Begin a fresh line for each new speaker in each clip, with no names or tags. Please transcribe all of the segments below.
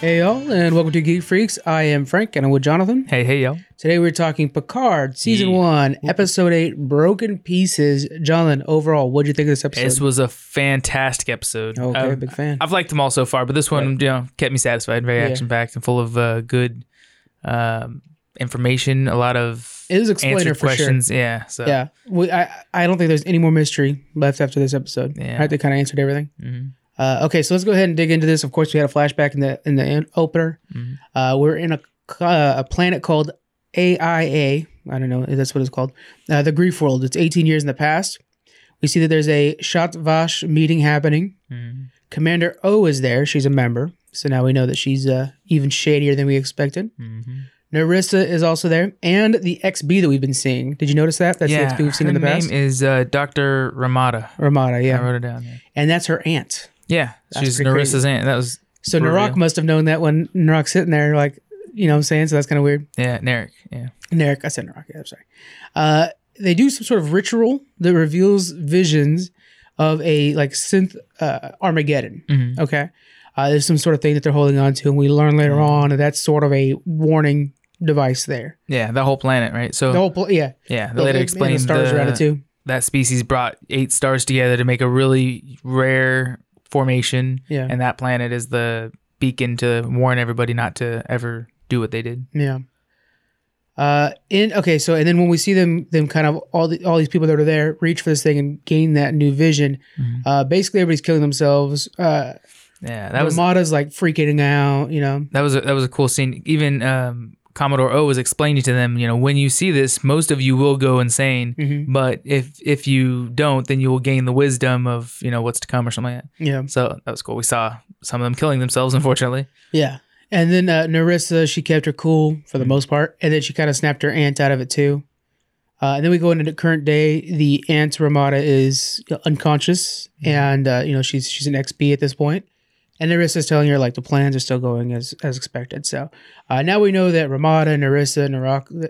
Hey y'all, and welcome to Geek Freaks. I am Frank, and I'm with Jonathan.
Hey, hey, yo.
Today we're talking Picard, season
Yeah.
one, episode eight, Broken Pieces. Jonathan, overall, what do you think of this episode?
This was a fantastic episode.
okay,
Uh,
big fan.
I've liked them all so far, but this one, you know, kept me satisfied. Very
Yeah.
action packed and full of uh, good um, information. A lot of
It is explainer
answered
for sure.
questions. uh, Yeah. So
yeah, we, I I don't think there's any more mystery left after this episode.
Yeah.
right? They kind of answered everything.
Mhm.
Uh, okay, so let's go ahead and dig into this. Of course, we had a flashback in the in the in- opener.
Mhm.
Uh, we're in a c- uh, a planet called AIA. I don't know. if That's what it's called. Uh, the Grief World. It's 18 years in the past. We see that there's a Shatvash meeting happening.
Mhm.
Commander O is there. She's a member. So now we know that she's uh, even shadier than we expected.
Mhm.
Narissa is also there. And the XB that we've been seeing. Did you notice that? That's the
yeah.
XB we've seen
her
in the past.
name is uh, Dr. Ramada.
Ramada,
I
yeah.
wrote it down. Yeah.
And that's her aunt.
Yeah,
That's
she's
pretty
Narissa's
crazy.
aunt. That was,
So
For
Narok
real?
must have known that when Narok's sitting there, like, you know what I'm saying? So that's kind of weird.
yeah, Narek. Yeah.
Narok, I said Narok, yeah, I'm sorry. Uh, they do some sort of ritual that reveals visions of a like synth uh, Armageddon.
Mhm.
Okay. Uh, there's some sort of thing that they're holding on to, and we learn later
Mm.
on that that's sort of a warning device there.
Yeah, the whole planet, right? So,
The whole, pl- yeah,
yeah,
the,
they later
and
explained
the stars
the-
around it too.
that species brought eight stars together to make a really rare formation.
Yeah.
And that planet is the beacon to warn everybody not to ever do what they did.
Yeah. Uh, in okay, so and then when we see them, them kind of all the, all these people that are there reach for this thing and gain that new vision.
Mhm.
Uh, basically, everybody's killing themselves. Uh,
Yeah. That
that
was
Ramada's like freaking out. You know,
that was a, that was a cool scene. Even um, Commodore O was explaining to them, you know, when you see this, most of you will go insane.
Mhm.
But if if you don't, then you will gain the wisdom of you know what's to come or something like that.
yeah,
So that was cool. We saw some of them killing themselves, unfortunately.
yeah. And then uh, Narissa, she kept her cool for the most part, and then she kind of snapped her aunt out of it too. Uh, and then we go into the current day. The aunt Ramada is uh, unconscious, and uh, you know she's she's an XP at this point. And Narissa's telling her like the plans are still going as as expected. So uh, now we know that Ramada, Narissa, Narok, uh,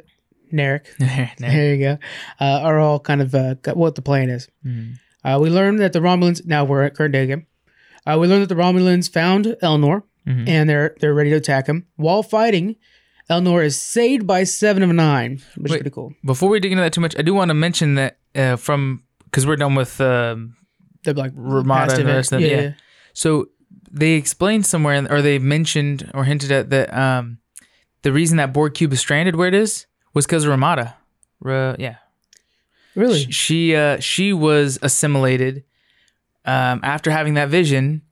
Narek,
Mhm.
there you go, uh, are all kind of uh, got what the plan is.
Mm-hmm.
Uh, we learned that the Romulans. Now we're at current day again. Uh, we learned that the Romulans found Elnor
Mhm.
and they're they're ready to attack him. While fighting, Elnor is saved by seven of nine, which is
Wait.
pretty cool.
Before we dig into that too much, I do want to mention that uh, from because we're done with um,
They're like
Ramada
past
and the
event.
rest of them, yeah. So they explained somewhere, or they mentioned or hinted at that um, the reason that Borg cube is stranded where it is was because of Ramada. Ra- yeah,
really.
Sh- she uh, she was assimilated um, after having that vision.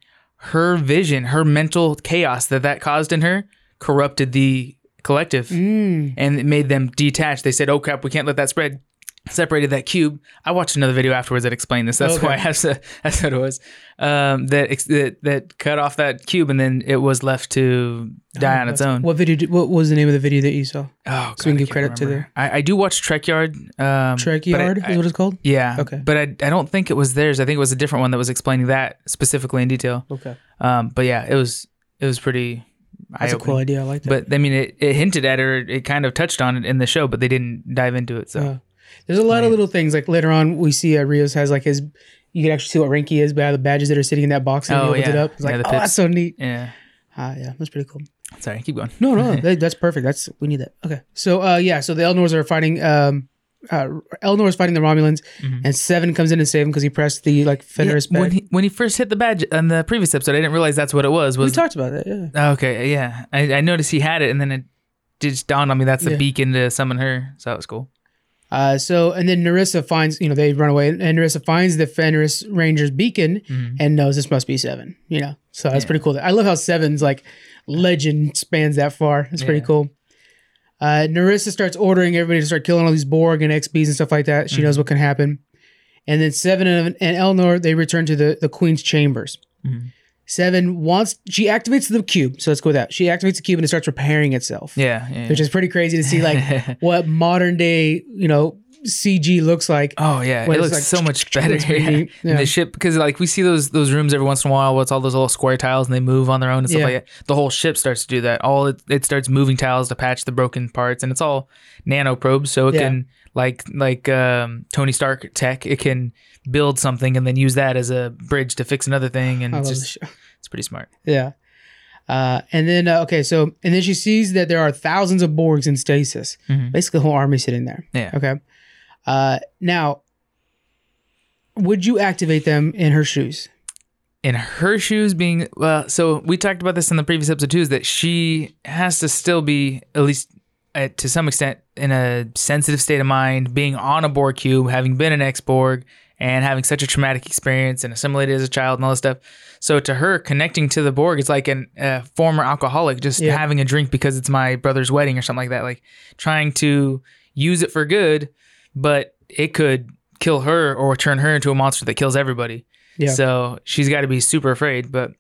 Her vision, her mental chaos that that caused in her, corrupted the collective
Mm.
and it made them detached. They said, "Oh crap, we can't let that spread." Separated that cube. I watched another video afterwards that explained this. That's
Okay.
why that's, that's what it was. Um, that, ex- that that cut off that cube, and then it was left to
Oh,
die on its own.
What video? Did, what was the name of the video that you saw?
Oh,
So we can
God,
give
I can't
credit to
remember. I, I do watch Trek Yard. Um,
Trek
but I-
Yard
I-
is what it's called.
yeah.
Okay.
But I, I don't think it was theirs. I think it was a different one that was explaining that specifically in detail.
Okay,
Um, but yeah, it was it was pretty.
that's a
eye-opening.
cool idea. I like that.
But I mean, it, it hinted at her. It kind of touched on it in the show, but they didn't dive into it. So
Uh, There's a lot of little things like later on we see uh, Rios has like his. You can actually see what rank he is by the badges that are sitting in that box and he
Oh,
opens it
yeah.
up. It's
Yeah,
like,
the
oh, that's
pips.
so neat.
Yeah.
Ah, yeah, that's pretty cool.
Sorry, keep going.
No, no, that, that's perfect. That's we need that. Okay, so uh, yeah, so the Elnors are fighting. Um, uh, Elnor is fighting the Romulans, and Seven comes in and saves him because he pressed the like Fenris badge.
Mm-hmm. when he when he first hit the badge on the previous episode, I didn't realize that's what it was.
we
Was Oh,
talked about that. Yeah,
okay, yeah. I, I noticed he had it, and then it just dawned on me that's the
Yeah.
beacon to summon her. So that was cool.
Uh, so and then Narissa finds you know they run away and Narissa finds the Fenris Rangers beacon and knows this must be Seven. You know, so that's
Yeah.
pretty cool. I love how Seven's like legend spans that far. It's pretty
Yeah.
cool. Uh, Narissa starts ordering everybody to start killing all these Borg and XBs and stuff like that.
Mm-hmm.
She knows what can happen. And then Seven and, and Elnor they return to the the Queen's chambers.
Mhm.
Seven wants she activates the cube. So let's go with that. She activates the cube and it starts repairing itself
Yeah, yeah.
which is pretty crazy to see like what modern day you know CG looks like.
Oh yeah,
When
it
it's
looks
like,
so much better.
it's pretty
yeah.
neat.
And
Yeah.
The ship because like we see those those rooms every once in a while. What's all those little square tiles and they move on their own and stuff
Yeah.
like that. The whole ship starts to do that. All it, it starts moving tiles to patch the broken parts, and it's all nano probes, so it
Yeah.
can like like um, Tony Stark tech. It can build something and then use that as a bridge to fix another thing, and
I
it's
love
just
the show.
it's pretty smart.
Yeah. Uh, and then uh, okay, so and then she sees that there are thousands of Borgs in stasis,
Mhm.
basically the whole army sitting there.
Yeah.
Okay. Uh, now, would you activate them in her shoes?
And her shoes being well, so we talked about this in the previous episode too, is that she has to still be at least uh, to some extent in a sensitive state of mind, being on a Borg cube, having been an ex-Borg, and having such a traumatic experience and assimilated as a child and all this stuff. So to her, connecting to the Borg is like a uh, former alcoholic just
Yeah.
having a drink because it's my brother's wedding or something like that. Like trying to use it for good, but it could kill her or turn her into a monster that kills everybody.
Yeah.
So she's got to be super afraid. But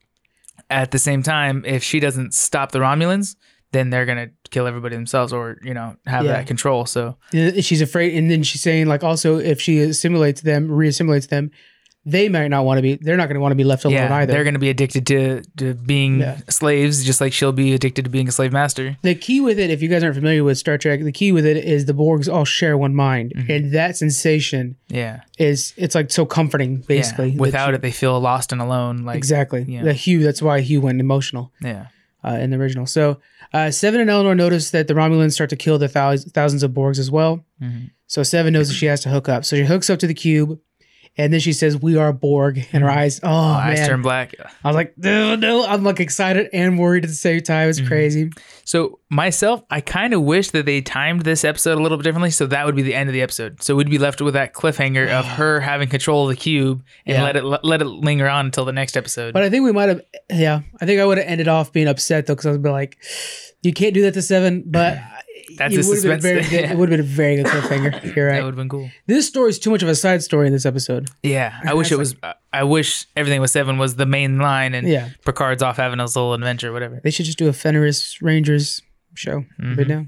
at the same time, if she doesn't stop the Romulans, then they're gonna kill everybody themselves, or you know, have
Yeah.
that control. So
Uh, She's afraid, and then she's saying like, also if she assimilates them, re-assimilates them, they might not want to be. They're not going to want to be left alone
yeah,
either.
they're gonna be addicted to to being
Yeah.
slaves, just like she'll be addicted to being a slave master.
the key with it, if you guys aren't familiar with Star Trek, the key with it is the Borgs all share one mind,
Mm-hmm.
and that sensation
Yeah,
is it's like so comforting,
Yeah.
basically. that
Without
you-
it, they feel lost and alone. Like
exactly,
yeah.
the Hugh. That's why Hugh went emotional.
yeah,
uh, in the original. So, uh, Seven and Eleanor notice that the Romulans start to kill the thou- thousands of Borgs as well.
Mhm.
So, Seven knows that she has to hook up. So, she hooks up to the cube and then she says, We are Borg. And her eyes, oh, man.
Mm-hmm. eyes turn black.
I was like, No, no. I'm like excited and worried at the same time.
Mm-hmm.
It's crazy.
So myself, I kind of wish that they timed this episode a little bit differently, so that would be the end of the episode. So we'd be left with that cliffhanger of her having control of the cube and
Yeah.
let it let it linger on until the next episode.
But I think we might have, yeah, I think I would have ended off being upset though, because I would be like, You can't do that to Seven. But
That's
it
a
would've been
suspense
very
thing.
good. It would have been a very good cliffhanger. You're
That
right.
would have been cool.
this story is too much of a side story in this episode.
Yeah, I wish it was. I I wish everything was seven was the main line, and
Yeah.
Picard's off having his little adventure, whatever.
They should just do a Fenris Rangers show right
Mm-hmm.
now.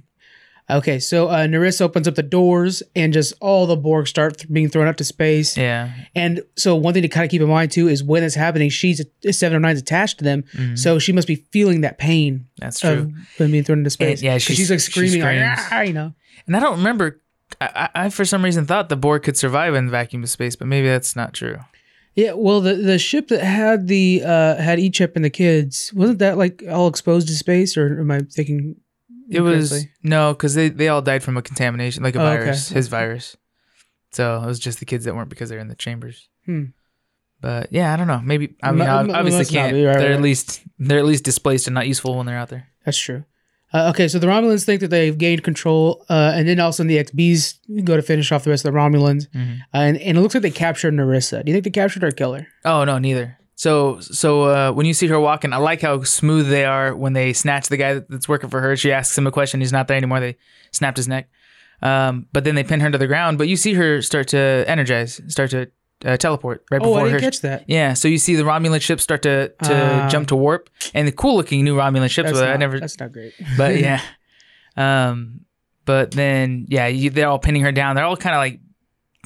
Okay, so uh, Nerissa opens up the doors, and just all the Borg start th- being thrown up to space.
Yeah,
And so, one thing to kind of keep in mind too is when it's happening, she's seven or nine's attached to them, so she must be feeling that pain
that's Mm-hmm. true.
of them being thrown into space.
yeah,
'Cause
she's-
she's, like
she
screaming, like,
screams.
"Ah," you know.
and I don't remember. I, I I, for some reason thought the Borg could survive in the vacuum of space, but maybe that's not true.
Yeah, well, the the ship that had the uh had Ichep and the kids wasn't that like all exposed to space, or am I thinking?
It was
incorrectly?
no, because they they all died from a contamination, like a
Oh, okay.
virus, his virus. So it was just the kids that weren't because they're in the chambers.
Hmm.
But yeah, I don't know. Maybe I
Mu-
mean, ob-
mu-
obviously
must not
can't.
be, right,
they're
right,
at
right.
least they're at least displaced and not useful when they're out there.
That's true. Uh, okay, so the Romulans think that they've gained control, uh, and then also the XBs go to finish off the rest of the Romulans, Uh, and, and it looks like they captured Narissa. Do you think they captured her or killed her?
Oh no, neither. So so uh, when you see her walking, I like how smooth they are when they snatch the guy that's working for her. She asks him a question. He's not there anymore. They snapped his neck. Um, but then they pin her to the ground. But you see her start to energize, start to uh, teleport right
Oh,
before
I
her.
didn't catch that.
Yeah, so you see the Romulan ships start to to
Ah.
jump to warp, and the cool looking new Romulan ships.
That's,
But I
not,
never,
that's not great.
but yeah, um, but then yeah, you, they're all pinning her down. They're all kind of like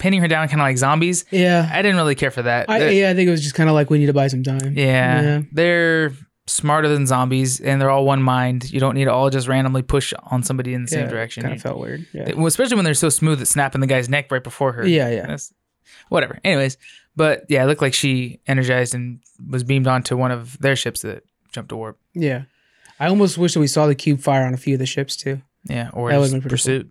pinning her down, kind of like zombies.
Yeah,
I didn't really care for that.
I,
They're-
yeah, I think it was just kind of like we need to buy some time.
yeah,
yeah.
they're smarter than zombies, and they're all one mind. You don't need to all just randomly push on somebody in the same direction.
Kind of
You-
felt weird. Yeah,
well, especially when they're so smooth at snapping the guy's neck right before her.
Yeah, yeah.
That's, whatever. Anyways, but yeah, it looked like she energized and was beamed onto one of their ships that jumped to warp.
yeah. I almost wish that we saw the cube fire on a few of the ships too.
Yeah, or
That
just
would've been pretty
pursuit.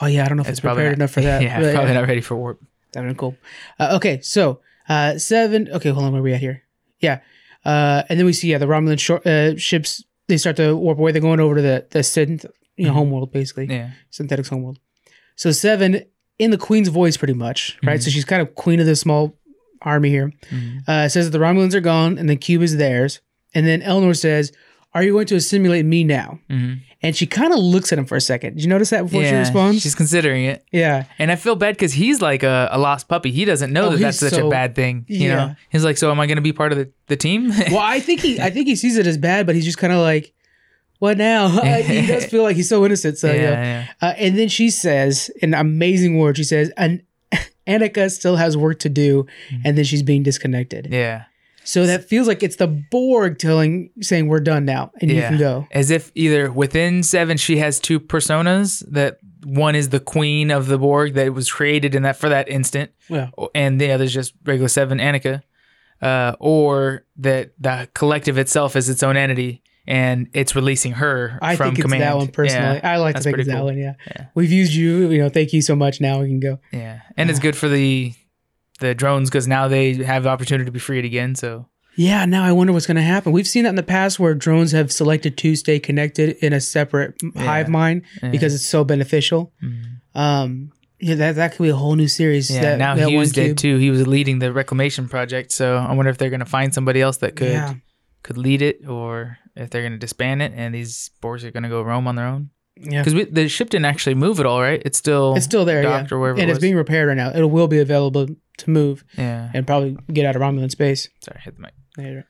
Oh yeah, I don't know if
It's
it's,
probably
prepared
not-
enough for that.
yeah,
but,
probably not ready for warp.
That'd been cool. Uh, okay, so uh, seven. Okay, hold on. Where we at here? Yeah, uh, and then we see yeah the Romulan shor- uh, ships. They start to warp away. They're going over to the the synth, you know, homeworld basically,
Mm-hmm. Yeah,
synthetics homeworld. So seven in the queen's voice, pretty much, right?
Mm-hmm.
So she's kind of queen of this small army here. Uh, says that the Romulans are gone and the cube is theirs. And then Eleanor says, "Are you going to assimilate me now?"
Mhm.
And she kind of looks at him for a second. Did you notice that before she
Yeah,
responds?
She's considering it,
yeah,
and I feel bad because he's like a, a lost puppy. He doesn't know
Oh,
that that's
he's
such a
so-
bad thing. You
Yeah.
know, he's like, so am I going to be part of the, the team?
well, I think he, I think he sees it as bad, but he's just kind of like, "What now?" he does feel like he's so innocent. So
yeah,
yeah.
yeah.
Uh, and then she says an amazing word. She says, "An Annika still has work to do," and then she's being disconnected.
Mm-hmm. yeah.
So that feels like it's the Borg telling, saying, "We're done now, and you can go."
As if either within seven she has two personas that one is the queen of the Borg that was created in that for that instant,
Yeah.
and the other's just regular seven Annika. uh, or that the collective itself is its own entity and it's releasing her
I
from
think it's
command.
that one personally.
Yeah,
I like to
that's
think
pretty
it's that
cool.
one. Yeah.
Yeah.
We've used you. You know, thank you so much. Now we can go.
yeah. and it's good for the the drones because now they have the opportunity to be freed again. So
Yeah. Now I wonder what's going to happen. We've seen that in the past where drones have selected to stay connected in a separate m-
Yeah.
hive mind
yeah.
because it's so beneficial.
Mhm.
Um, yeah, that that could be a whole new series.
yeah,
that,
now
that one
Hughes did
cube.
too. He was leading the reclamation project, so I wonder if they're gonna find somebody else that could
Yeah.
could lead it, or if they're gonna disband it and these boars are gonna go roam on their own.
Yeah.
Because the ship didn't actually move at all, right? It's still
It's still there. Yeah.
docked or wherever
And
it
it's
was.
being repaired right now. It will be available to move
yeah.
and probably get out of Romulan space.
Sorry, hit the mic.
later.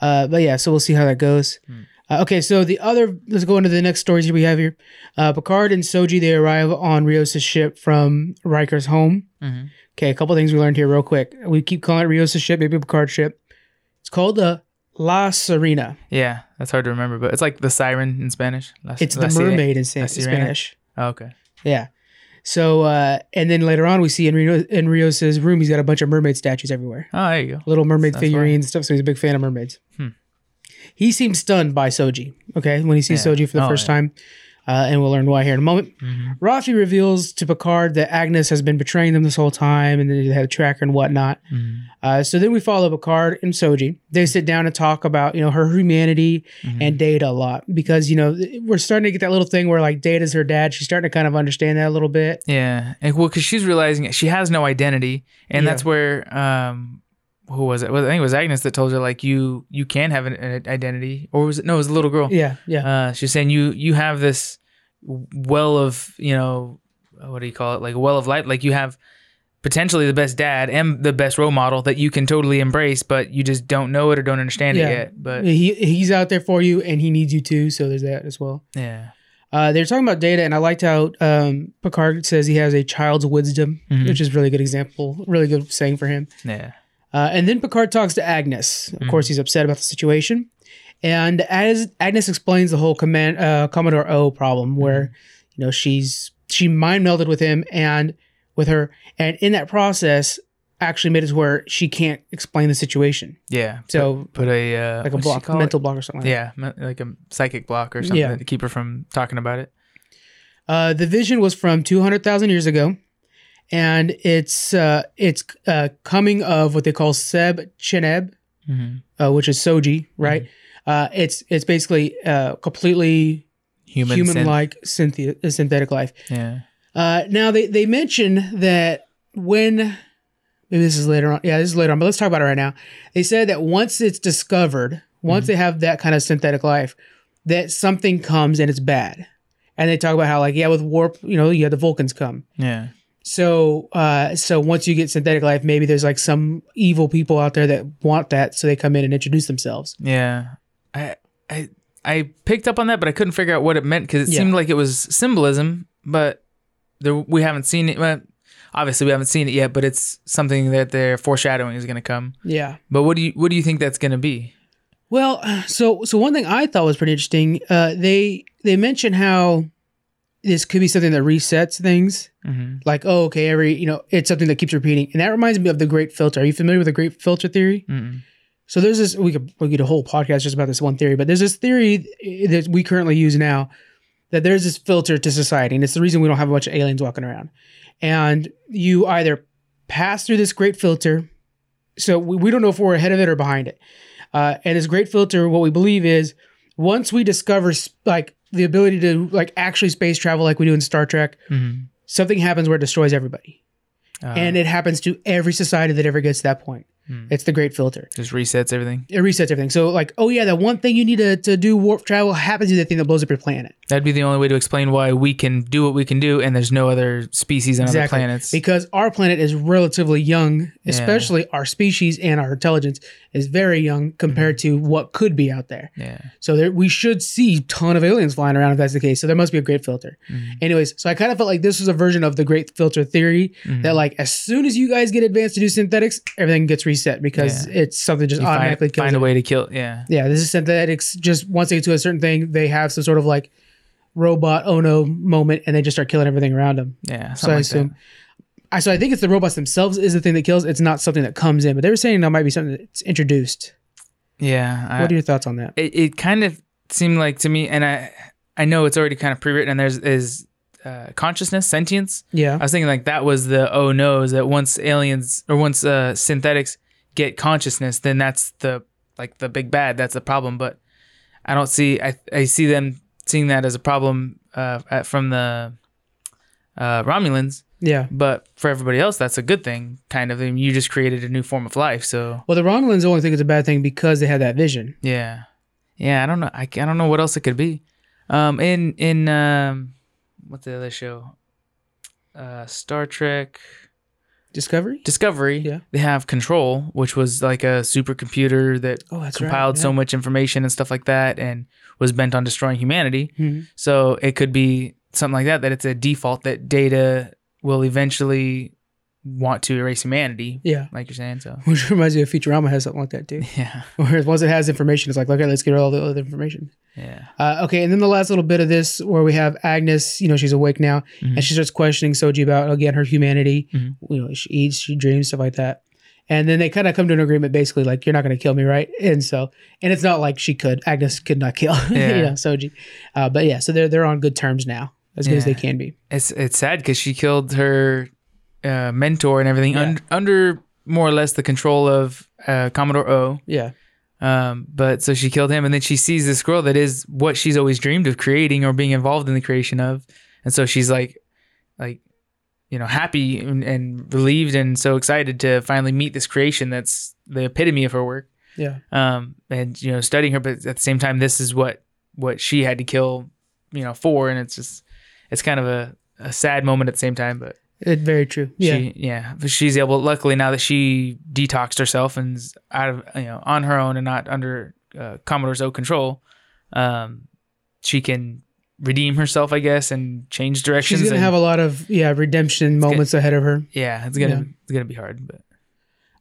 Uh, but yeah, so we'll see how that goes.
Hmm.
Uh, okay, so the other let's go into the next stories we have here. Uh, Picard and Soji they arrive on Rios' ship from Riker's home.
Mhm.
Okay, a couple things we learned here real quick. We keep calling it Rios' ship, maybe Picard's ship. It's called the La Serena.
Yeah, that's hard to remember, but it's like the siren in Spanish. La-
It's
La
the
sirena.
mermaid in San-
La Sirena?
Spanish.
Oh, okay.
Yeah. So uh, and then later on we see in Rio in Rios' room he's got a bunch of mermaid statues everywhere.
Oh, there you go.
little mermaid
That's Hmm.
figurines and stuff. So he's a big fan of mermaids. He seems stunned by Soji. Okay, when he sees
Yeah.
Soji for the
Oh,
first
yeah.
time, uh, and we'll learn why here in a moment. Rafi reveals to Picard that Agnes has been betraying them this whole time, and they had a tracker and whatnot. Uh, so then we follow Picard and Soji. They sit down and talk about you know her humanity
Mm-hmm.
and Data a lot because you know we're starting to get that little thing where like Data's her dad. She's starting to kind of understand that a little bit.
Yeah, and well, because she's realizing it- she has no identity, and
Yeah.
that's where um, who was it? Well, I think it was Agnes that told her like you you can have an, an identity, or was it no? It was a little girl.
Yeah, yeah,
Uh, she's saying you you have this well of you know what do you call it like a well of light like you have potentially the best dad and the best role model that you can totally embrace but you just don't know it or don't understand
Yeah.
it yet but
he he's out there for you, and he needs you too. So there's that as well.
yeah
Uh, they're talking about data, and I liked how um, Picard says he has a child's wisdom,
Mhm.
which is really good example, really good saying for him.
yeah
Uh, and then Picard talks to Agnes.
Mm-hmm.
Of course, he's upset about the situation, and as Agnes explains the whole command uh, Commodore O problem, where
Mm-hmm.
you know she's she mind melded with him and with her, and in that process, actually made it to where she can't explain the situation.
yeah
So
put a uh,
like a
what does she
block,
call it?
mental block or something. Like that.
yeah me- like a psychic block or something
Yeah.
to keep her from talking about it
Uh, the vision was from 200,000 years ago, and it's uh, it's uh, coming of what they call Seb Cheneb,
Mhm.
uh, which is Soji, right?
Mm-hmm.
Uh, it's it's basically uh, completely
human synth.
human-like synthi- uh, synthetic life.
yeah
Uh, now they they mention that when maybe this is later on, yeah, this is later on, but let's talk about it right now. They said that once it's discovered, once they have that kind of synthetic life, that something comes and it's bad. And they talk about how like yeah, with warp, you know, yeah, the Vulcans come.
yeah
So uh, so once you get synthetic life, maybe there's like some evil people out there that want that, so they come in and introduce themselves.
Yeah, I I I picked up on that, but I couldn't figure out what it meant because it
Yeah.
seemed like it was symbolism, but there, we haven't seen it. Well, obviously, we haven't seen it yet, but it's something that they're foreshadowing is going to come.
Yeah.
But what do you what do you think that's going to be?
Well, so so one thing I thought was pretty interesting. Uh, they they mention how this could be something that resets things.
Mm-hmm.
Like, oh, okay, every you know, it's something that keeps repeating, and that reminds me of the Great Filter. Are you familiar with the Great Filter theory?
Mm-mm.
So there's this. We could we could do a whole podcast just about this one theory, but there's this theory eh, that we currently use now that there's this filter to society, and it's the reason we don't have a bunch of aliens walking around. And you either pass through this great filter, so we, we don't know if we're ahead of it or behind it. Uh, and this great filter, what we believe is, once we discover s- like the ability to like actually space travel, like we do in Star Trek,
Mhm.
something happens where it destroys everybody,
Uh,
and it happens to every society that ever gets to that point.
Hmm.
It's the great filter
just resets everything.
it resets everything. So like, oh yeah, that one thing you need to, to do warp travel happens to the thing that blows up your planet.
That'd be the only way to explain why we can do what we can do, and there's no other species on other
Exactly.
planets.
Because our planet is relatively young, especially our species and our intelligence is very young compared to what could be out there.
yeah,
So there, we should see ton of aliens flying around if that's the case. So there must be a great filter.
Mm-hmm.
Anyways, so I kind of felt like this was a version of the great filter theory
Mm-hmm.
that like as soon as you guys get advanced to do synthetics, everything gets reset because it's something just
you find,
automatically kills
find
it.
a way to kill. Yeah,
Yeah, this is synthetics. Just once they get to a certain thing, they have some sort of like robot oh no moment, and they just start killing everything around them.
yeah.
So I
something like that.
assume I so I think it's the robots themselves is the thing that kills. It's not something that comes in, but they were saying that might be something that's introduced.
Yeah. I-
what are your thoughts on that?
it, it kind of seemed like to me, and I I know it's already kind of pre-written, and there's is uh, consciousness, sentience.
Yeah,
I was thinking like that was the oh no, is that once aliens or once uh, synthetics get consciousness, then that's the like the big bad. That's the problem. But I don't see I I see them seeing that as a problem uh, at, from the uh, Romulans.
yeah.
But for everybody else, that's a good thing, kind of. And you just created a new form of life, so
Well, the Romulans only think it's a bad thing because they had that vision.
Yeah, yeah. I don't know. I, ca- I don't know what else it could be. Um, in in um, what's the other show? Uh, Star Trek
Discovery.
Discovery.
Yeah.
They have Control, which was like a supercomputer that
Oh, that's
compiled so much information and stuff like that, and was bent on destroying humanity.
hmm
So it could be something like that. That it's a default that data will eventually want to erase humanity,
Yeah,
like you're saying. So
which reminds me of Futurama has something like that too.
yeah,
Where once it has information, it's like, okay, let's get all the other information.
yeah,
Uh, okay, and then the last little bit of this where we have Agnes, you know, she's awake now,
Mhm.
and she starts questioning Soji about again her humanity.
Mhm.
You know, she eats, she dreams, stuff like that. And then they kind of come to an agreement, basically, like you're not going to kill me, right? And so, and it's not like she could. Agnes could not kill,
Yeah.
you know, Soji. Uh, but yeah, so they're they're on good terms now, as good as
Yeah.
they can be.
it's it's sad because she killed her uh, mentor and everything
Yeah.
un- under more or less the control of uh, Commodore O.
Yeah,
Um, but so she killed him, and then she sees this girl that is what she's always dreamed of creating or being involved in the creation of, and so she's like, like, you know, happy and, and relieved and so excited to finally meet this creation that's the epitome of her work.
yeah,
Um, and you know, studying her, but at the same time, this is what what she had to kill, you know, for, and it's just, it's kind of a a sad moment at the same time, but
it, very true. Yeah,
she, yeah. But she's able. Luckily, now that she detoxed herself and is out of you know on her own and not under uh, Commodore's own control, um, she can redeem herself, I guess, and change directions.
she's gonna
and-
have a lot of yeah redemption
gonna-
moments ahead of her.
yeah, it's gonna
Yeah.
it's gonna be hard, but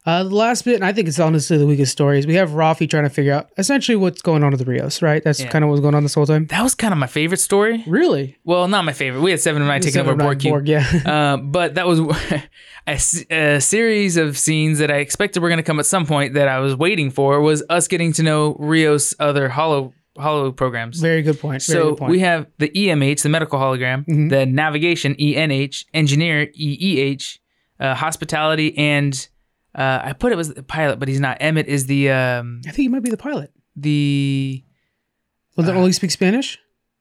Uh, the last bit, and I think it's honestly the weakest story, is we have Rafi trying to figure out essentially what's going on with the Rios, right? That's
Yeah.
kind of what's going on this whole time.
that was kind of my favorite story.
Really?
Well, not my favorite. We had seven of nine taking over Borg Cube.
yeah.
Uh, but that was a, s- a series of scenes that I expected were going to come at some point that I was waiting for was us getting to know Rio's other hollow hollow programs.
Very good point. Very
So
good point.
we have the EMH, the medical hologram,
Mhm.
the navigation ENH, engineer EEH, uh, hospitality, and uh, I put it was the pilot, but he's not. Emmett is the um,
I think he might be the pilot.
the
Well, that
Uh,
only speak Spanish?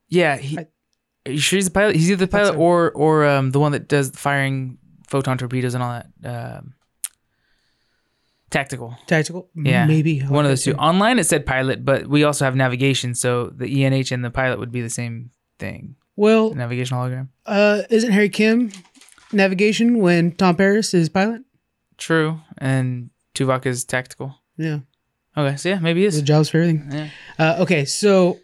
yeah. He,
I-
are you sure he's the pilot? He's either the
I think
pilot
so.
or or um, the one that does firing photon torpedoes and all that. Um, tactical.
Tactical?
Yeah.
Maybe. I'll
One of
look
those two.
into it.
Online it said pilot, but we also have navigation, so the ENH and the pilot would be the same thing. The
Well,
navigation hologram.
uh, isn't Harry Kim navigation when Tom Paris is pilot?
True. And Tuvok is tactical.
Yeah.
Okay, so yeah, maybe he
There's
is.
jobs for everything.
Yeah.
Uh, okay, so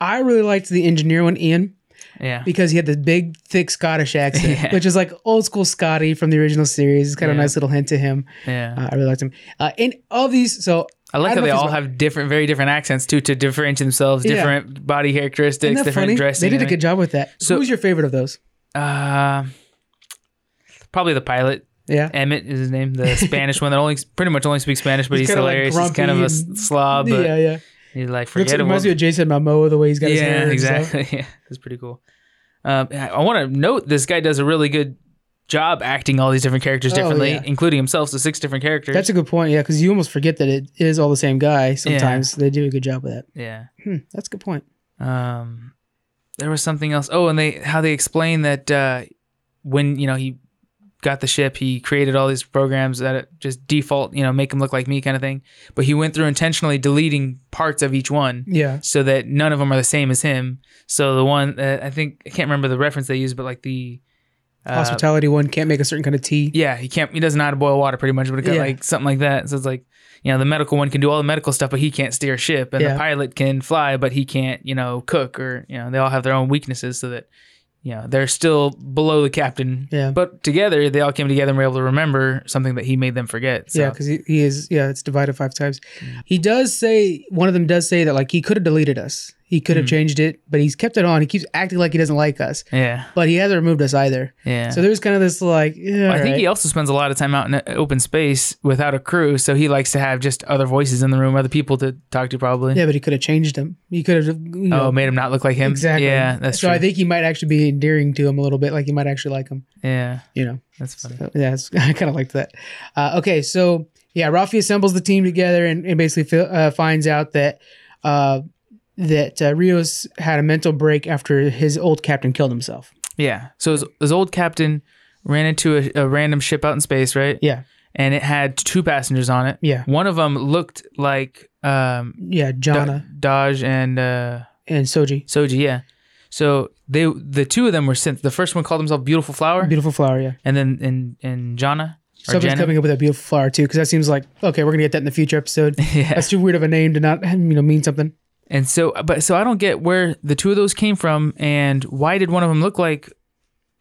I really liked the engineer one, Ian,
Yeah.
because he had this big, thick Scottish accent,
Yeah.
which is like old school Scotty from the original series. It's kind of
Yeah.
a nice little hint to him.
Yeah.
Uh, I really liked him. Uh, and of these, so
I like
I
how
don't
they
know if
all
it's-
have different, very different accents too, to differentiate themselves,
Yeah.
different body characteristics,
isn't that
different
funny?
dressing.
They did a good job with that.
So-
Who's your favorite of those?
Uh, probably the pilot.
Yeah.
Emmett is his name, the Spanish one that only pretty much only speaks Spanish, but
He's
he's,
kinda, like,
hilarious. he's kind of
grumpy
a
and-
s- slob, Uh, but
yeah, yeah.
he's like
Looks, it
forgettable.
reminds me of Jason Momoa the way he's got his hair.
yeah,
and stuff.
exactly. Yeah, that's pretty cool. Um, I, want to note this guy does a really good job acting all these different characters
Oh,
differently,
yeah.
including himself. So six different characters.
That's a good point. Yeah, because you almost forget that it is all the same guy. Sometimes they do a good job with that.
yeah.
Hmm, that's a good point.
Um, there was something else. Oh, and they how they explain that uh, when you know he got the ship, he created all these programs that it just default, you know, make him look like me kind of thing. But he went through intentionally deleting parts of each one
Yeah.
so that none of them are the same as him. So the one uh, I think I can't remember the reference they used, but like the uh,
Hospitality one can't make a certain kind of tea.
yeah, he can't. He doesn't know how to boil water, pretty much, but it got,
Yeah.
like something like that. So it's like, you know, the medical one can do all the medical stuff, but he can't steer a ship, and
Yeah.
the pilot can fly, but he can't, you know, cook or you know, they all have their own weaknesses, so that you know they're still below the captain.
Yeah.
But together, they all came together and were able to remember something that he made them forget. So. Mm.
Yeah, because he, he is. Yeah, it's divided five times. He does say one of them does say that like he could have deleted us. He
Mm.
could have changed it, but he's kept it on. He keeps acting like he doesn't like us,
Yeah.
but he hasn't removed us either.
Yeah.
So there's kind of this like, yeah,
I think
alright.
he also spends a lot of time out in a- open space without a crew, so he likes to have just other voices in the room, other people to talk to, probably.
yeah, but he could have changed him. He could have, you know,
Oh, made him not look like him.
exactly.
Yeah, that's
so
true.
I think he might actually be endearing to him a little bit. Like he might actually like him.
yeah,
You know.
that's funny.
So, yeah, it's, I kind of liked that. Uh, okay, so yeah, Rafi assembles the team together and, and basically fi- uh, finds out that uh, that uh, Rios had a mental break after his old captain killed himself.
Yeah. So his, his old captain ran into a, a random ship out in space, right?
Yeah,
And it had two passengers on it.
yeah,
One of them looked like um,
yeah.
Do-
Jana
Dodge and uh,
and Soji,
Soji. Yeah. So they the two of them were sent. The first one called himself Beautiful Flower,
beautiful flower. Yeah,
and then and and Jana. or
somebody's
Jenna.
coming up with a beautiful flower too, because that seems like okay, we're gonna get that in the future episode.
yeah.
That's too weird of a name to not you know mean something.
And so, but so I don't get where the two of those came from, and why did one of them look like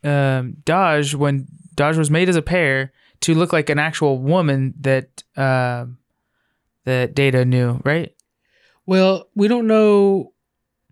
um, Dodge when Dodge was made as a pair to look like an actual woman that um that Data knew, right?
Well, we don't know.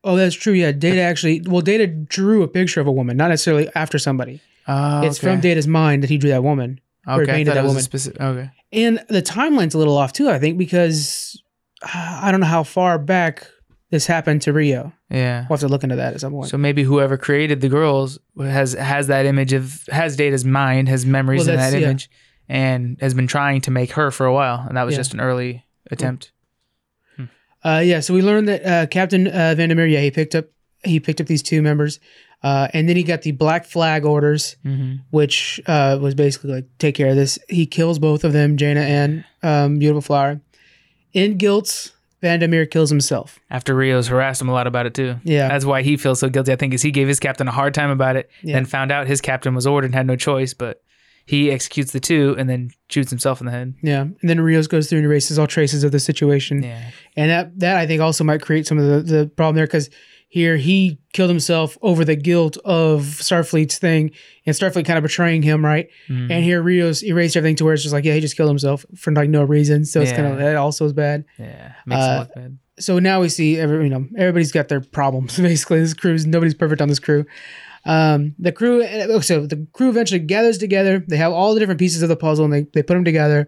Oh, that's true. Yeah, Data actually. Well, Data drew a picture of a woman, not necessarily after somebody.
Oh,
It's from Data's mind that he drew that woman. where he
okay. I
painted
thought
that
it was a
woman.
specific. Okay,
And the timeline's a little off too, I think, because uh, I don't know how far back this happened to Rio.
yeah.
We'll have to look into that at some point.
So maybe whoever created the girls has has that image of has Data's mind, has memories
Well,
in
that's-
that
yeah.
image, and has been trying to make her for a while, and that was
Yeah.
just an early attempt.
uh, yeah, so we learned that uh, Captain uh, Vandermeer, yeah, he picked up he picked up these two members, uh, and then he got the Black Flag orders,
Mm-hmm.
which uh, was basically like take care of this. He kills both of them, Jaina and um, Beautiful Flower. In guilt, Vandermeer kills himself.
After Rio's harassed him a lot about it too.
Yeah,
That's why he feels so guilty. I think is he gave his captain a hard time about it,
Yeah.
then found out his captain was ordered and had no choice, but he executes the two and then shoots himself in the head.
yeah. And then Rios goes through and erases all traces of the situation.
Yeah.
Mm-hmm. and that that I think also might create some of the, the problem there because here he killed himself over the guilt of Starfleet's thing and Starfleet kind of betraying him, right?
Mm.
And here Rios erased everything to where it's just like, yeah, he just killed himself for like no reason, so it's kind
Yeah.
of that also is bad.
yeah. Makes
Uh,
him look bad.
So now we see every you know everybody's got their problems basically. This crew's nobody's perfect on this crew. Um, the crew, oh, so the crew eventually gathers together. They have all the different pieces of the puzzle and they, they put them together.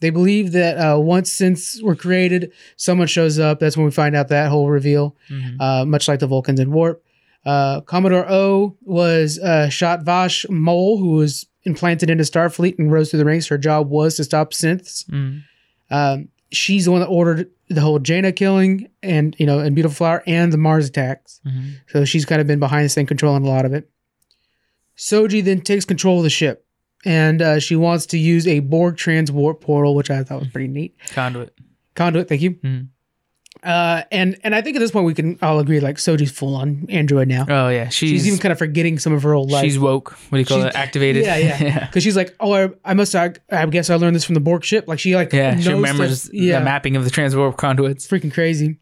They believe that uh, once since we're created, someone shows up. That's when we find out that whole reveal,
Mhm.
uh, much like the Vulcans in Warp. Uh, Commodore O was uh, shot Vash Mole, who was implanted into Starfleet and rose through the ranks. Her job was to stop synths.
Mm.
Um, she's the one that ordered the whole Jaina killing and, you know, and Beautiful Flower and the Mars attacks.
Mhm.
So she's kind of been behind this thing, controlling a lot of it. Soji then takes control of the ship, and uh, she wants to use a Borg transwarp portal, which I thought was pretty neat.
Conduit.
Conduit, thank you.
Mhm.
Uh, and and I think at this point we can all agree like Soji's full on android now.
Oh yeah. She's
she's
she's,
even kind of forgetting some of her old life
woke. What do you call
She's-
it? Activated.
Yeah, yeah. because she's like, oh, I, I must, I, I guess I learned this from the Borg ship. Like she like
Yeah, she
knows
remembers
stuff. yeah,
the mapping of the transwarp
it's
conduits.
freaking crazy.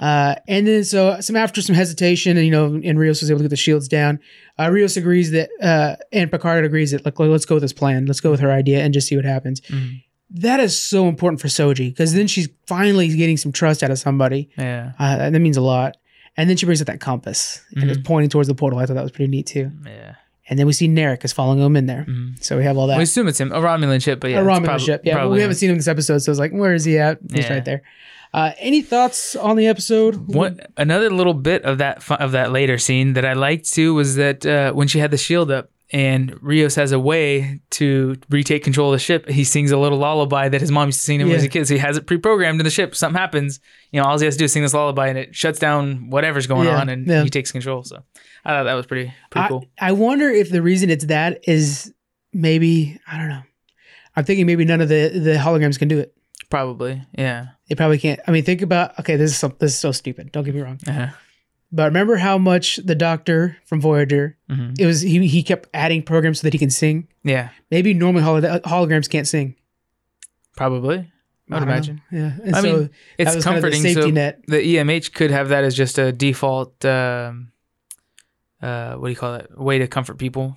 Uh, and then so some after some hesitation, and you know, and Rios was able to get the shields down. Uh, Rios agrees that, uh, and Picard agrees that like, let's go with this plan, let's go with her idea, and just see what happens.
Mhm.
That is so important for Soji because then she's finally getting some trust out of somebody.
Yeah,
Uh, that- that means a lot. And then she brings up that compass and
Mm-hmm.
it's pointing towards the portal. I thought that was pretty neat too.
yeah.
And then we see Narek is following him in there.
Mhm.
So we have all that.
We assume it's him, a Romulan ship, but yeah,
a
it's
Romulan
prob-
ship. Yeah, but
probably
we
him.
haven't seen him in this episode, so it's like, where is he at? He's
Yeah.
right there. Uh, any thoughts on the episode?
One another little bit of that fu- of that later scene that I liked too was that uh, when she had the shield up and Rios has a way to retake control of the ship, he sings a little lullaby that his mom used to sing to him when he was a
Yeah.
kid. So he has it pre-programmed in the ship. Something happens, you know, all he has to do is sing this lullaby, and it shuts down whatever's going
Yeah,
on, and
yeah.
he takes control. So I thought that was pretty pretty
I,
cool.
I wonder if the reason it's that is maybe I don't know. I'm thinking maybe none of the the holograms can do it.
Probably, yeah.
They probably can't. I mean, think about okay, this is so, this is so stupid. Don't get me wrong,
Uh-huh.
but remember how much the Doctor from Voyager
Mhm.
it was he he kept adding programs so that he can sing.
Yeah,
Maybe normally holo- holograms can't sing.
probably. I
don't
would
know.
imagine.
Yeah, and
I
so
mean, It's
that was
comforting.
Kind of the
so
safety net.
the EMH could have that as just a default. Um, uh, what do you call it? Way to comfort people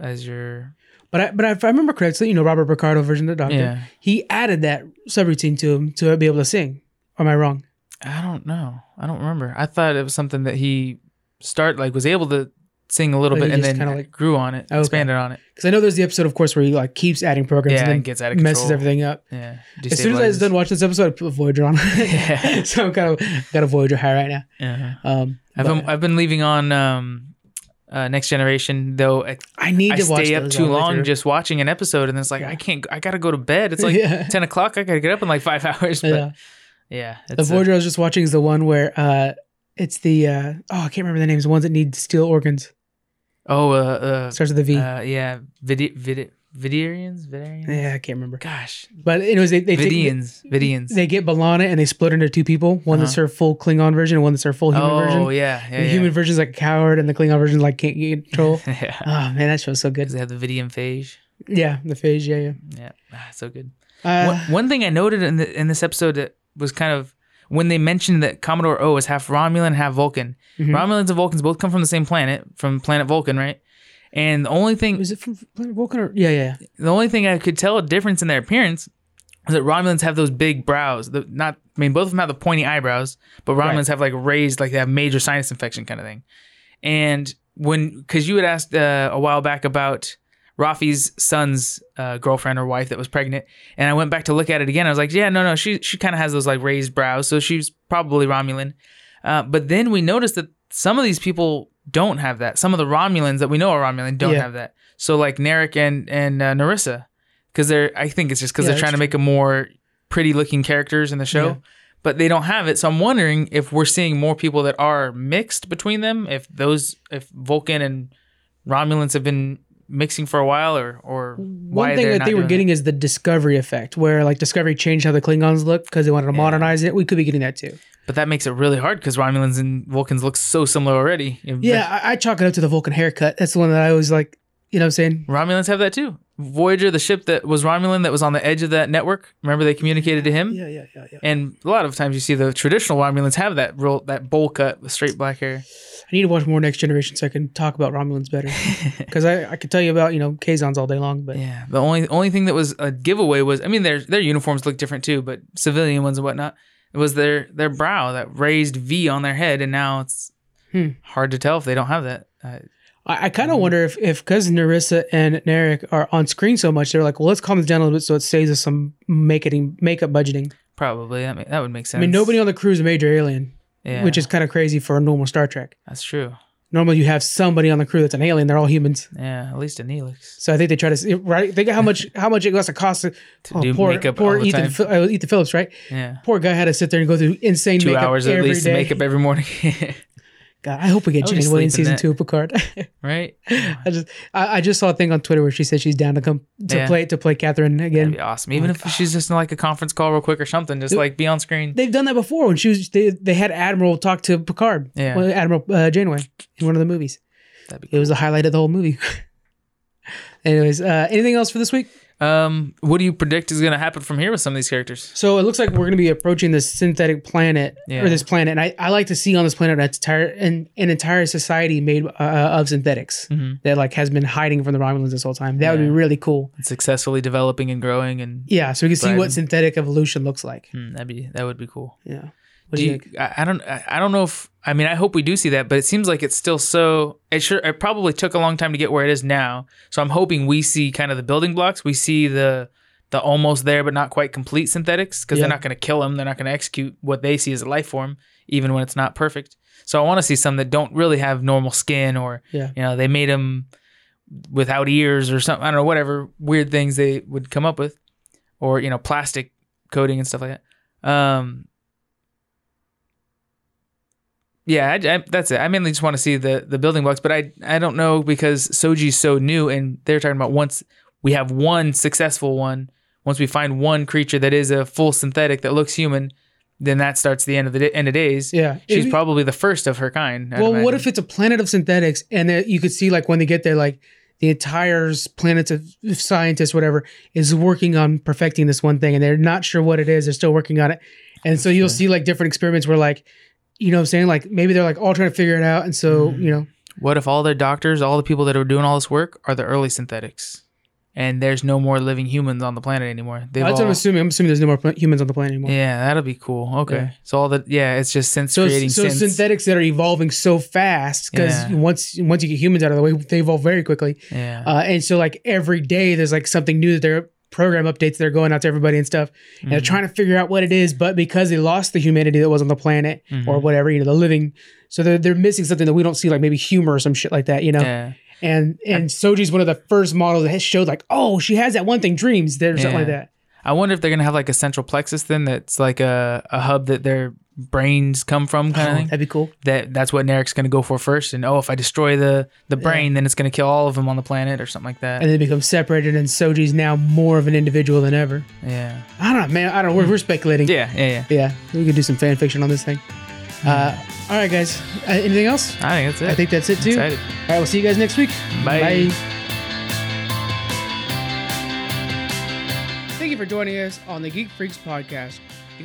as your
But I, but if I remember correctly, you know Robert Picardo version of the Doctor,
yeah.
he added that subroutine to him to be able to sing. Or am I wrong?
I don't know. I don't remember. I thought it was something that he start like was able to sing a little
But he
bit and
just
then
kinda, like-
grew on it,
Okay.
expanded on it.
Because I know there's the episode, of course, where he like keeps adding programs
Yeah,
and
and
then
gets out of control.
messes everything up.
Yeah.
As soon as I was done watching this episode, I put Voyager on.
Yeah.
so I'm kind of got a Voyager high right now.
uh
Um,
I've
but
been, I've been leaving on um, uh, Next Generation though. I,
I need
I
to watch
stay up
those
too
all the way
long
through.
just watching an episode, and it's like I can't. I gotta go to bed. It's like
Yeah.
ten o'clock. I gotta get up in like five hours. But yeah,
yeah. The
it's uh, a-
Voyager I was just watching is the one where uh, it's the uh, oh I can't remember the names. The ones that need steel organs
oh, uh,
starts with a
uh,
V.
uh, yeah, Vidi- Vidi- Vidarians, Vidarians.
yeah, I can't remember.
Gosh,
But anyways, they they, take,
Vidians, Vidians.
they get Balana and they split into two people. One that's her full Klingon version, and one that's her full human
Uh-huh. oh
version.
yeah, yeah,
the
yeah.
human version's like a coward, and the Klingon version like can't get control.
yeah.
oh man, that show's so good.
Because they have the Vidian phage.
Yeah, the phage. Yeah, yeah.
Yeah, ah, so good.
Uh,
one, one thing I noted in the, in this episode that was kind of when they mentioned that Commodore O is half Romulan, half Vulcan.
Mhm.
Romulans and Vulcans both come from the same planet, from planet Vulcan, right? And the only thing,
was it from Planet Vulcan? Or, yeah, yeah. yeah.
the only thing I could tell a difference in their appearance was that Romulans have those big brows. The, not, I mean, both of them have the pointy eyebrows, but Romulans have like raised, like they have major sinus infection kind of thing. And when, because you had asked uh, a while back about Rafi's son's uh, girlfriend or wife that was pregnant, and I went back to look at it again. I was like, yeah, no, no, she she kind of has those like raised brows, so she's probably Romulan. Uh, but then we noticed that some of these people don't have that. Some of the Romulans that we know are Romulan don't
Yeah.
have that. So like Narek and and uh, Narissa, because they're I think it's just because
Yeah,
they're trying
that's
to make them more pretty looking characters in the show.
Yeah.
But they don't have it, so I'm wondering if we're seeing more people that are mixed between them. If those, if Vulcan and Romulans have been mixing for a while, or or
One
why
thing
they're
that
not
they were
doing that.
getting is the Discovery effect, where like Discovery changed how the Klingons look because they wanted to modernize it. We could be getting that too.
But that makes it really hard because Romulans and Vulcans look so similar already.
Yeah, I, I chalk it up to the Vulcan haircut. That's the one that I always like. You know what I'm saying?
Romulans have that too. Voyager, the ship that was Romulan that was on the edge of that network. Remember they communicated to him.
Yeah, yeah, yeah, yeah.
And a lot of times you see the traditional Romulans have that real that bowl cut with straight black hair.
I need to watch more Next Generation so I can talk about Romulans better. Because I, I could tell you about you know Kazons all day long, but
Yeah. The only only thing that was a giveaway was I mean their their uniforms look different too, but civilian ones and whatnot. It was their their brow that raised V on their head, and now it's
Hmm.
hard to tell if they don't have that. Uh,
I, I kind of wonder if if because Narissa and Narek are on screen so much, they're like, well, let's calm this down a little bit so it saves us some making makeup budgeting.
probably that ma- that would make sense.
I mean, nobody on the crew is a major alien,
yeah,
which is kind of crazy for a normal Star Trek.
that's true.
Normally, you have somebody on the crew that's an alien; they're all humans.
Yeah, at least a Neelix.
So I think they try to see- right. Think of how much how much it must have cost to
To do
Oh, poor,
makeup
Poor
all the
Ethan,
time.
Phil- uh, Ethan Phillips, right?
Yeah.
Poor guy had to sit there and go through insane
Two
makeup
hours at
every
least
day.
to make up every morning.
God, I hope we
I
get
would
Jane
just
Williams
sleep
season
in that.
two of Picard.
right?
I just I, I just saw a thing on Twitter where she said she's down to come to
Yeah.
play to play Catherine
That'd
again.
be awesome. Even if she's just in like a conference call real quick or something, just like be on screen.
They've done that before when she was they, they had Admiral talk to Picard.
Yeah.
Well, Admiral uh, Janeway in one of the movies.
That'd be
It was the highlight of the whole movie. Anyways, uh, anything else for this week?
Um, what do you predict is going to happen from here with some of these characters?
So it looks like we're going to be approaching this synthetic planet
Yeah.
or this planet. And I, I like to see on this planet an entire an, an entire society made uh, of synthetics
Mhm.
that like has been hiding from the Romulans this whole time. That would be
Yeah.
really cool.
And successfully developing and growing, and
Yeah, so we can see
Thriving.
what synthetic evolution looks like.
hmm, that'd be that would be cool.
Yeah. What
Do you, I, I don't I, I don't know if I mean I hope we do see that, but it seems like it's still so it sure it probably took a long time to get where it is now. So I'm hoping we see kind of the building blocks. We see the the almost there but not quite complete synthetics because
Yeah.
they're not going to kill them. They're not going to execute what they see as a life form, even when it's not perfect. So I want to see some that don't really have normal skin or
Yeah.
you know they made them without ears or something. I don't know whatever weird things they would come up with, or you know plastic coating and stuff like that. Um, yeah, I, I- that's it. I mainly just want to see the the building blocks, but I I don't know because Soji's so new, and they're talking about once we have one successful one, once we find one creature that is a full synthetic that looks human, then that starts the end of the day, end of days.
Yeah.
she's
It'd be-
probably the first of her kind. I'd
well, what
imagine.
if it's a planet of synthetics and that you could see like when they get there, like the entire s- planets of of scientists, whatever, is working on perfecting this one thing and they're not sure what it is. They're still working on it. And so you'll see like different experiments where like, you know what I'm saying? Like maybe they're like all trying to figure it out. And so,
Mm-hmm.
you know,
what if all their doctors, all the people that are doing all this work, are the early synthetics? and there's no more living humans on the planet anymore. They've
That's what I'm
all-
assuming. I'm assuming there's no more pla- humans on the planet anymore.
yeah, that'll be cool. Okay,
Yeah.
so all that yeah, it's just since
So,
creating
so
synths.
synthetics that are evolving so fast because
Yeah.
once once you get humans out of the way, they evolve very quickly.
yeah,
Uh, and so like every day, there's like something new that their program updates they're going out to everybody and stuff, and they're
Mhm.
trying to figure out what it is. But because they lost the humanity that was on the planet or
Mhm.
whatever, you know, the living, so they're they're missing something that we don't see, like maybe humor or some shit like that, you know.
yeah,
And and Soji's one of the first models that has showed like, oh, she has that one thing, dreams, there or something like
Yeah.
that.
I wonder if they're gonna have like a central plexus then that's like a, a hub that their brains come from kind of
Oh,
thing.
that'd be cool.
That that's what Narek's gonna go for first. And oh, if I destroy the the
Yeah.
brain, then it's gonna kill all of them on the planet or something like that.
And they become separated, and Soji's now more of an individual than ever.
yeah,
I don't know, man. I don't. know. We're, we're speculating.
yeah, Mm-hmm. yeah, yeah.
Yeah, we could do some fan fiction on this thing. Uh, all right, guys. Uh, anything else?
I think that's it.
I think that's it too.
Excited.
All right, we'll see you guys next week.
Bye.
Thank you for joining us on the Geek Freaks podcast. You